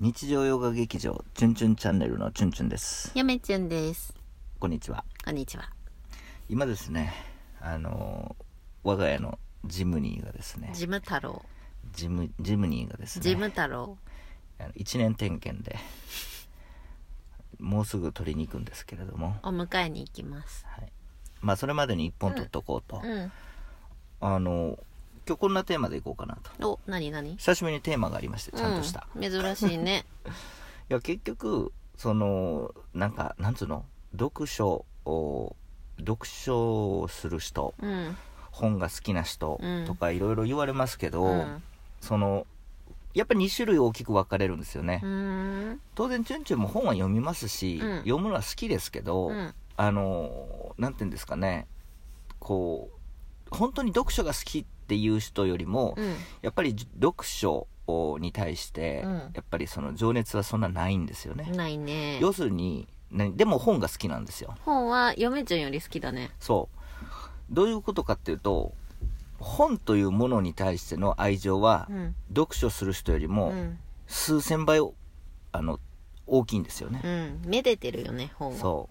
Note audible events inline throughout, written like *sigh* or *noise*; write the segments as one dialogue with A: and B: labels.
A: 日常ヨガ劇場チュンチュンチャンネルのチュンチュンです
B: やめちゅんです。
A: こんにちは
B: こんにちは。
A: 今ですねあのー我が家のジムニーがですね
B: ジム太郎。
A: ジムジムニーがですね
B: ジム太郎。
A: あの一年点検でもうすぐ取りに行くんですけれども
B: を迎えに行きます。
A: まあそれまでに一本取っとこうと、
B: うん。
A: あのー今日こんなテーマでいこうかなと
B: お、なになに
A: 久しぶりにテーマがありましてちゃんとした、
B: うん珍しいね。 *laughs*
A: いや結局そのなんかなんつうの読書を読書をする人
B: うん。
A: 本が好きな人
B: うん
A: とかいろいろ言われますけど、
B: うん。
A: そのやっぱり2種類大きく分かれるんですよね、
B: うーん。
A: 当然チュンチュンも本は読みますし、
B: うん
A: 読むのは好きですけど、
B: うん。
A: あのなんていうんですかねこう本当に読書が好きっていう人よりも、
B: うん。
A: やっぱり読書に対して、
B: うん
A: やっぱりその情熱はそんなないんですよね、
B: ないね。
A: 要するに何でも本が好きなんですよ
B: 本はやめちゅんより好きだね。
A: そうどういうことかっていうと本というものに対しての愛情は、
B: うん。
A: 読書する人より
B: う
A: も
B: ん。
A: 数千倍あの大きいんですよね
B: う、ん。めでてるよね、本は。
A: そ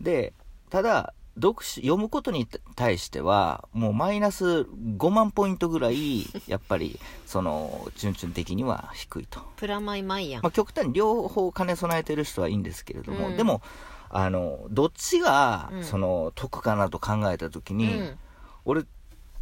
A: うでただ読書読むことに対してはもうマイナス5万ポイントぐらいやっぱりそのチュンチュン的には低いと、
B: プラマイマイやん
A: まあ、。極端に両方兼ね備えてる人はいいんですけれども、
B: うん
A: でもあのどっちが、
B: うん
A: その得かなと考えた時
B: う
A: に、
B: ん。
A: 俺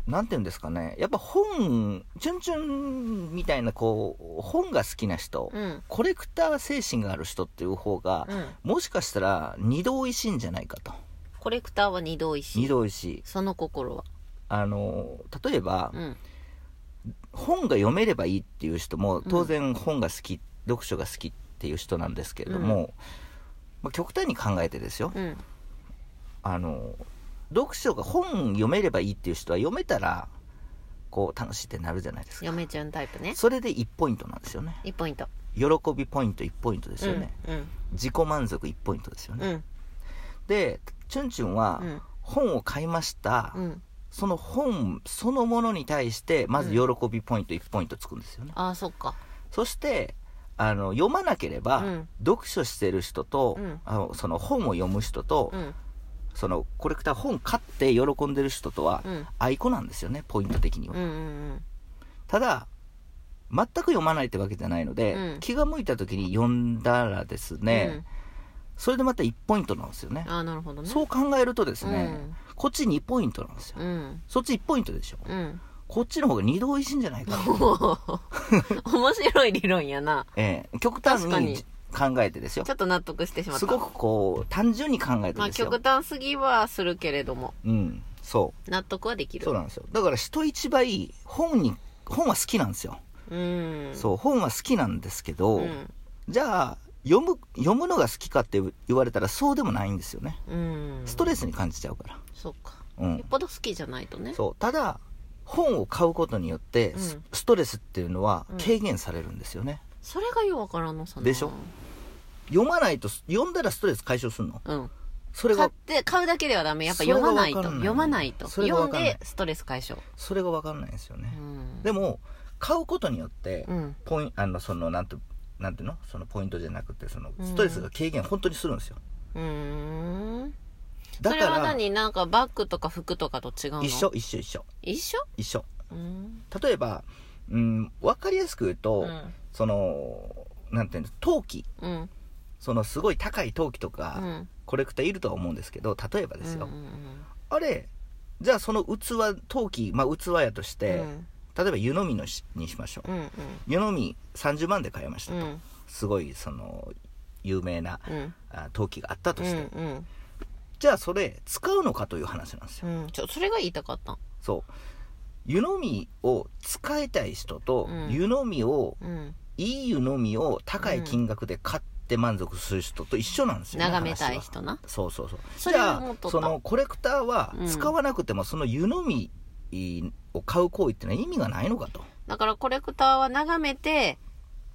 A: なんて言うんですかねやっぱ本チュンチュンみたいなこう本が好きな人、
B: うん。
A: コレクター精神がある人っていう方が
B: う、ん。
A: もしかしたら二度おいしいんじゃないかと
B: コレクターは二度おいし
A: 二
B: い。
A: 度おいしい
B: その心は。
A: あの例えば、
B: うん。
A: 本が読めればいいっていう人も当然本が好き、読書が好きっていう人なんですけれども、まあ、極端に考えてですよ、
B: うん。
A: あの読書が本読めればいいっていう人は読めたらこう楽しいってなるじゃないですか
B: やめちゅんタイプね。
A: それで1ポイントなんですよね
B: 1ポイント。
A: 喜びポイント1ポイントですよね、
B: うん。
A: 自己満足1ポイントですよ
B: う
A: ね、
B: ん。
A: でチュンチュンは
B: うん。
A: 本を買いました、
B: うん。
A: その本そのものに対してまず喜びポイント1ポイントつくんですよね、
B: ああ、そっか。
A: そしてあの読まなければ、
B: うん
A: 読書してる人と、
B: うん
A: あのその本を読む人と、
B: うん。
A: そのコレクター本買って喜んでる人とは、
B: うん。
A: あいこなんですよねポイント的には、
B: うんうん
A: ただ全く読まないってわけじゃないので、
B: うん
A: 気が向いた時に読んだらです
B: うん
A: ね、それでまた1ポイントなんですよね
B: うん、ああなるほどね
A: そう考えるとですね、
B: うん
A: こっち2ポイントなんですよ、
B: うん
A: そっち1ポイントでしょ
B: うん *laughs*
A: こっちの方が2度おいしいんじゃないか
B: 面白い理論やな
A: ええ極端
B: 確か
A: に
B: に
A: 考えてですよ
B: ちょっと納得してしまった
A: すごくこう単純に考えて
B: まあ
A: ですよ、
B: 極端すぎはするけれども
A: うんそ
B: 納得はでき
A: う
B: る
A: そうなんですよだから人一倍本に本は好きなんですよ、
B: うん
A: そう本は好きなんですけど、
B: うん
A: じゃあ読む読むのが好きかって言われたらそうでもないんですよね
B: うん
A: ストレスに感じちゃうから
B: そっか
A: う
B: よ
A: ん
B: っぽど好きじゃないとね
A: そうただ本を買うことによってス,、
B: うん
A: トレスっていうのは
B: うん
A: 軽減されるんですよね、
B: それがようわからんのさな
A: でしょ読まないと読んだらストレス解消するの
B: うん
A: それ
B: 買っ
A: が
B: て買うだけではダメやっぱ読まないと
A: それがわかんない
B: 読まないと
A: それがわ
B: 読ん
A: かんない
B: でストレス解消
A: それが分かんないんですよね、
B: うん
A: でも買うことによって、
B: うん
A: ポインあのそのなんてなんていうのそのポイントじゃなくてその
B: うん
A: ストレスが軽減本当にするんですよ、
B: うん
A: だ
B: そ
A: か
B: れは
A: ら
B: 何なんかバッグとか服とかと違うの
A: 一緒一緒一緒
B: 一緒
A: 一緒
B: うん
A: 例えばうん分かりやすく言うと、
B: うん
A: そのなんていうの陶器
B: うん
A: そのすごい高い陶器とか、
B: うん
A: コレクターいるとは思うんですけど例えばですよ、
B: うんうん
A: あれじゃあその器陶器、まあ、器やとし
B: う
A: て、
B: ん
A: 例えば湯飲みのしにしましょう
B: うん
A: 湯飲み30万で買いました、
B: うんうん
A: すごいその有名な
B: うん
A: あ陶器があったと
B: う
A: して、
B: んうん
A: じゃあそれ使うのかという話なんですよ、
B: うんちょそれが言いたかった
A: そう湯飲みを使いたい人と、
B: うん
A: 湯飲みを
B: うん
A: いい湯飲みを高い金額で買って満足する人と一緒なんですよ、ね
B: 眺めたい
A: 話は
B: 人な
A: そうそうそう
B: そ
A: じ
B: れ
A: ゃ
B: はもっ
A: あ
B: と
A: そのコレクターは
B: うん
A: 使わなくてもその湯飲みを買う行為ってのは意味がないのかと
B: だからコレクターは眺めて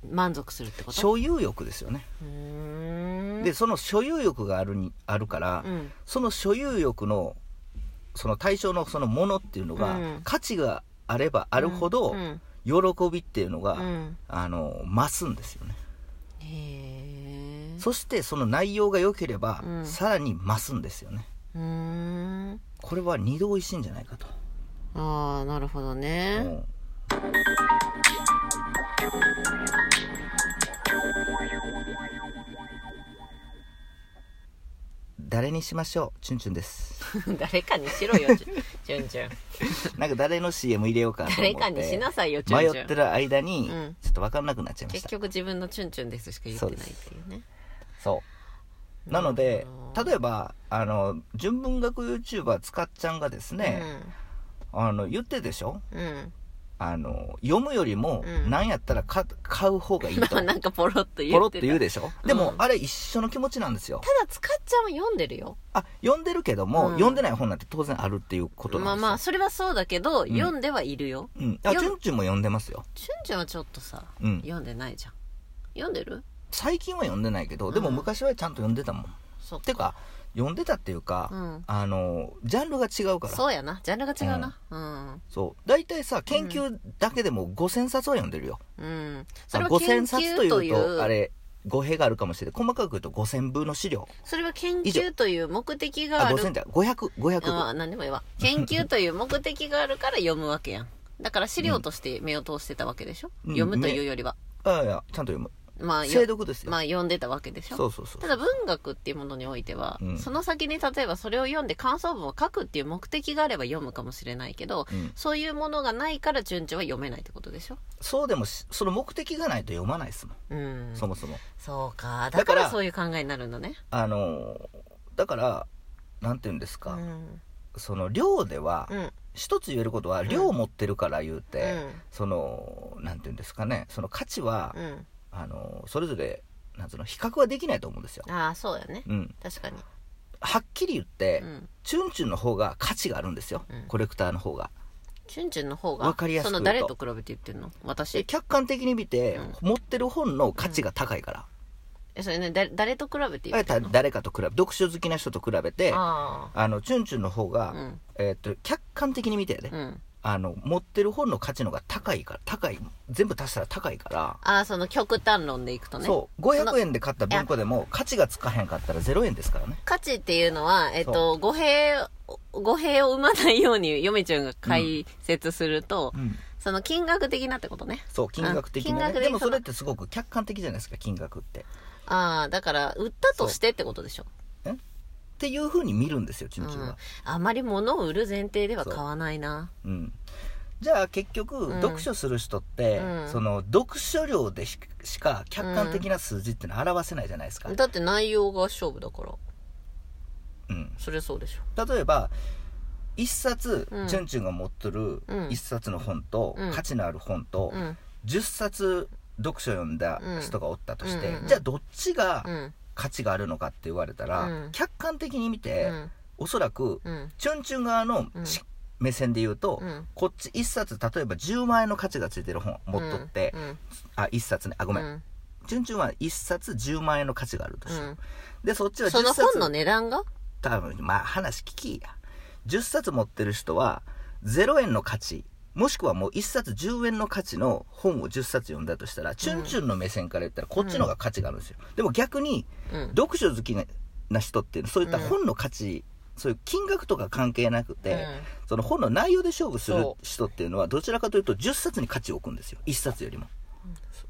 B: 満足するってこと
A: 所有欲ですよね、
B: うーん
A: でその所有欲があるにあるから、
B: うん
A: その所有欲のその対象のそのものっていうのが、
B: うん
A: 価値があればあるほど、
B: うん
A: 喜びっていうのが、
B: うん
A: あの増すんですよね
B: へえ
A: そしてその内容が良ければ、
B: うん
A: さらに増すんですよね
B: うーん
A: これは二度美味しいんじゃないかと、
B: ああなるほど
A: う
B: ね
A: ん誰にしましょうチュンチュンです
B: *laughs* 誰かにしろよちゅちゅんちゅん
A: なんか誰の CM 入れようかと思って
B: 誰かにしなさいよちゅ
A: 迷
B: んちゅ
A: っ
B: ん
A: てる間に、
B: うん
A: ちょっと分かんなくなっちゃいまし
B: 結
A: た
B: 局自分のチュンチュンですしか言ってないっていうね
A: そうなので
B: うん
A: 例えばあの純文学 YouTuber つかっちゃんがですね、あの言ってでしょ
B: うん、うん
A: あの読むよりも
B: うん
A: 何やったらか買う方がいいと
B: まあなんかポロッと言ってた
A: ポロって言うでしょ、
B: うん
A: でもあれ一緒の気持ちなんですよ
B: ただ使っちゃんは読んでるよ
A: あ読んでるけども、
B: うん
A: 読んでない本なんて当然あるっていうこと
B: ま
A: な
B: あ
A: んですよ、
B: まあそれはそうだけど、
A: ん
B: 読んではいるよ
A: うん、あチ
B: 読む
A: ュンチュンも読んでますよ、
B: チュンチュンはちょっとさ、
A: うん、
B: 読んでないじゃん読んでる
A: 最近は読んでないけどでも
B: うん
A: 昔はちゃんと読んでたもん、
B: そっ
A: ってか読んでたっていうか、
B: うん
A: あのジャンルが違うから
B: そうやなジャンルが違うなうん
A: そう大体さ研究だけでも5000冊は読んでるよ、
B: うんそ
A: あ
B: れは研
A: 5000冊とい
B: 究
A: うと
B: という
A: あれ語弊があるかもしれない細かく言うと5000分の資料
B: それは研
A: 以上
B: 究という目的が
A: あ
B: ある
A: 5000じゃ500500 500
B: あ何でもいいわ研究という目的があるから読むわけやんだから資料として目を通してたわけでしょ、
A: うん
B: 読むというよりは、
A: あいやちゃんと読む
B: まあ
A: 精
B: よ
A: 読ですよ、
B: まあ読んでたわけでしょ
A: そうそうそう
B: ただ文学っていうものにおいては、
A: うん
B: その先に例えばそれを読んで感想文を書くっていう目的があれば読むかもしれないけど、
A: うん
B: そういうものがないから順調は読めないってことでしょ
A: そうでもしその目的がないと読まないですもん、
B: うん
A: そもそも
B: そうかだ
A: だ
B: か
A: から
B: らそういう考えになるんだね
A: あのーだからなんて言うんです
B: う
A: か、
B: ん
A: その量では、
B: うん
A: 一つ言えることは量を持ってるから言う
B: う
A: て、
B: ん
A: そのなんて言うんですかねその価値は、
B: うん
A: あのーそれぞれなんつうの比較はできないと思うんですよ、
B: ああそうやね
A: うん、
B: 確かに
A: はっきり言って、
B: うん
A: チュンチュンの方が価値があるんですよ、
B: うん
A: コレクターの方が
B: チュンチュンの方が
A: わかりやすく
B: そ
A: 言
B: の
A: うと
B: 誰と比べて言ってんの
A: で
B: 私
A: 客観的に見て、持ってる本の価値が高いから、
B: えそれねだ誰と比べて
A: あ
B: 言っ
A: れ
B: て
A: た
B: んの
A: 誰かと比べ読書好きな人と比べてあ
B: あ
A: のチュンチュンの方が、
B: あうん
A: えーっと客観的に見てやで、
B: うん
A: あの持ってる本の価値の方が高いから高い全部足したら高いから、
B: ああその極端論でいくとね
A: そう500円で買った文庫でも価値がつかへんかったら0円ですからね
B: 価値っていうのは、えっと、語弊を、語弊を生まないように、ヨメちゃんが解説すると、
A: うん
B: その金額的なってことね。
A: そう金額的
B: あ
A: な
B: 金額
A: ね
B: で
A: でも
B: その
A: それってすごく客観的じゃないですか金額ってっ
B: ああ、だから、売ったとしてってことでしょ。
A: ていうふうに見るんですよチ
B: う
A: ュンチュン
B: ん
A: は、。
B: あまり物を売る前提では買わないな。
A: うんじゃあ結局、
B: ん
A: 読書する人って、
B: うん
A: その読書量でししか客観的な数字ってのは表せないじゃないですか、
B: だって内容が勝負だから、
A: うん
B: そりゃそうでしょ。
A: 例えば一冊、
B: うん
A: チュンチュンが持ってる
B: うん
A: 一冊の本と、
B: うん
A: 価値のある本と、
B: うん。
A: 10冊読書読んだ人がおったとして、
B: うんうんうん
A: じゃあどっちが
B: うん。
A: 価値があるのかって言われたら、
B: うん
A: 客観的に見
B: う
A: て、
B: ん。
A: おそらく、
B: うん。
A: チュンチュン側のし、目線で言うと、
B: うん
A: こっち1冊例えば10万円の価値がついてる本持っとって、
B: うん。
A: あ1冊ねあご
B: う
A: めん、
B: ん。
A: チュンチュンは1冊10万円の価値があるとし
B: う
A: て、
B: ん。
A: でそっちは10
B: その
A: 冊
B: 本の値段が
A: 多分まあ話聞きや10冊持ってる人は0円の価値もしくはもう1冊10円の価値の本を10冊読んだとしたら、チュンチュンの目線から言ったらこっちの方が価値があるんですよ、でも逆に
B: うん。
A: 読書好きな人っていうのはそういった本の価値、そういう金額とか関係なくて、その本の内容で勝負する
B: そう
A: 人っていうのはどちらかというと10冊に価値を置くんですよ1冊よりも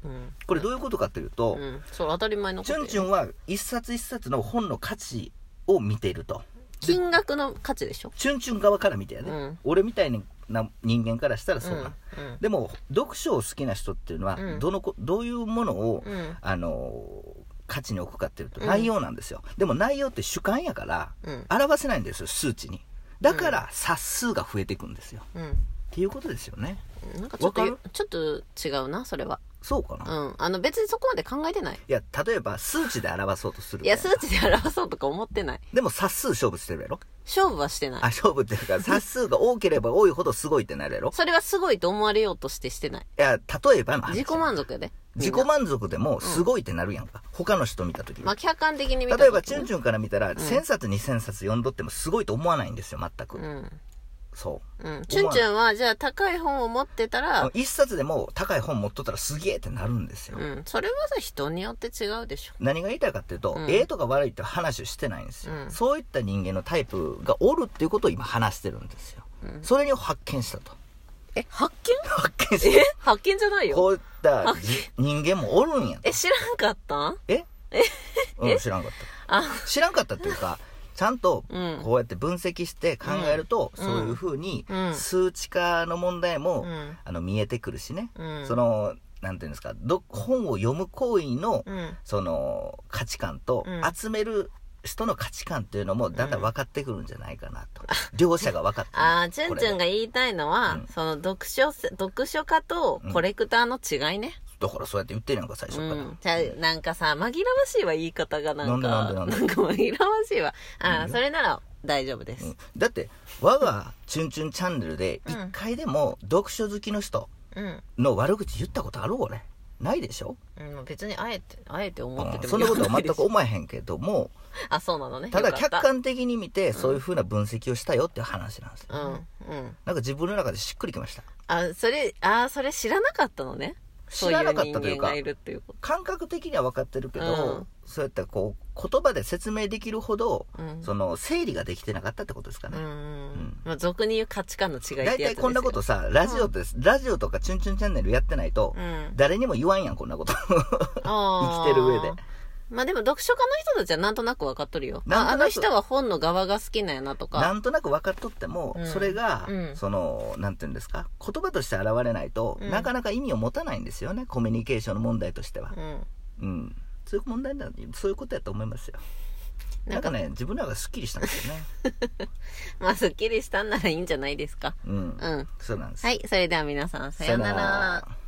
B: うん。
A: これどういうことかというと、
B: うん。そう、当たり前のこ
A: チ
B: と
A: ュ
B: よ
A: ンチュンは1冊1冊の本の価値を見ていると
B: 金額の価値でしょ。
A: チュンチュン側から見てやね、
B: うん
A: 俺みたいな人間からしたらそうなん、
B: うんうん
A: でも読書を好きな人っていうのは
B: うん
A: どのこ、どういうものを、
B: うん
A: あのー価値に置くかっていうと
B: うん
A: 内容なんですよ、でも内容って主観やから
B: うん。
A: 表せないんですよ数値にだから冊数が増えていくんですよ、
B: うん。
A: っていうことですよね
B: なんかちょっと
A: わか
B: ちょっと違うなそれは
A: そうかな、
B: う
A: い
B: んあの別にそこまで考えてない
A: や例えば数値で表そうとする
B: いや
A: みた
B: 数
A: な
B: 値で表そうとか思ってない
A: でも冊数勝負して
B: *laughs*
A: るやろ
B: 勝負はして
A: あ
B: ない
A: 勝負っていうか冊数が多ければ多いほどすごいってなるやろ
B: それはすごいと思われようとしてしてない
A: いや例えばの話
B: 自己満足やでみん
A: 自
B: な
A: 己満足でもすごいってなるやんか、他の人見た時に、
B: まあ客観的に見た
A: 例えば
B: 時
A: チ
B: ね
A: ュンチュンから見たら、1000冊2000冊読んどってもすごいと思わないんですよ全く、
B: うん
A: そう
B: うん。チュンチュンは、じゃあ高い本を持ってたら、
A: 一冊でも高い本持っとったらすげえってなるんですよ、
B: うん。それはさ、人によって違うでしょ。
A: 何が言いたいかっていうと、
B: うん
A: ええとか悪いって話をしてないんですよ、
B: うん
A: そういった人間のタイプがおるっていうことを今話してるんですよ、
B: うん
A: それを発見したと
B: え、 *laughs* 発見
A: 発見し
B: *laughs* え発見じゃない
A: た
B: よ。
A: こういったじ人間もおるんや
B: え、知らんかった
A: えうん、知らんかっ
B: あ、
A: た知らんかったっていうかちゃんと
B: うん
A: こうやって分析して考えると、
B: うん
A: そういうふうに
B: うん
A: 数値化の問題も、
B: うん
A: あの見えてくるしね、
B: うん
A: そのなんていうんですかど本を読む行為の、
B: うん。
A: その価値観と
B: うん
A: 集める人の価値観っていうのもだんだん分かってくるんじゃないかなと、両者が分かってくる
B: あー、チュンチュン
A: こ
B: が言いたいのは、
A: うん
B: その読書せ、読書家とコレクターの違いね。
A: れだからそうやって言ってるやんか最初
B: う
A: か
B: ん。
A: ら、
B: じゃあなんかさ、紛らわしいは言い方がなんか、
A: なんでなんでなんで
B: か紛らわしいわ。あ
A: う
B: ー、
A: ん
B: それなら大丈夫です。
A: うんだって我が「チュンチュンチャンネル」で
B: うん
A: 一回でも読書好きの人
B: うん。
A: の悪口言ったことある俺ないでしょ、
B: うん、別にあえて、あえて思って
A: う
B: て
A: ん、
B: も
A: そんなことは
B: 言わ
A: 全
B: いでし
A: く
B: ょ
A: 思えへんけども
B: あ、そうなのね。
A: ただ
B: よかっ
A: 客観的に見てそういうふうな分析をしたよっていう話なんですよ、
B: うん、うん。
A: なんか自分の中でしっくりきました
B: あ、それ、あー、それ知らなかったのね。
A: 知らなかったと
B: そ
A: いう
B: いうう人
A: か
B: 間がいるっていうこ
A: 感覚的には分かってるけど、
B: うん
A: そうやってこう言葉で説明できるほど、
B: と。うん。
A: その整理ができてなかったってことですか
B: う
A: ね、
B: んうんう
A: うん
B: ん。まあ、俗に言う価値観の違いってやつ
A: 大
B: です
A: 体
B: よ
A: こんなこと。さラジオです、ラジオとか「チュンチュンチャンネル」やってないと、
B: うん。
A: 誰にも言わんやんこんなこと
B: 生
A: *laughs* 生きてる上で
B: まあでも読書家の人たちはなんとなく分かっとるよ。
A: なん
B: あ
A: となく
B: あの人は本の側が好きなんやなと
A: な
B: か。
A: んとなく分かっとっても、
B: うん
A: それが、
B: うん
A: そのなんていうんですか言葉として現れないと、
B: うん
A: なかなか意味を持たないんですよねコミュニケーションの問題としては
B: うん。
A: うん、そういう問題なんでそういうことやと思いますよ
B: な
A: なんん
B: か
A: かね自分らがすっきりしたんですよね
B: まあ、すっきりしたんならいいんじゃないですか。
A: うん、
B: うん。
A: そうなんです
B: はい。それでは皆さん、さような
A: さような
B: ら
A: ら。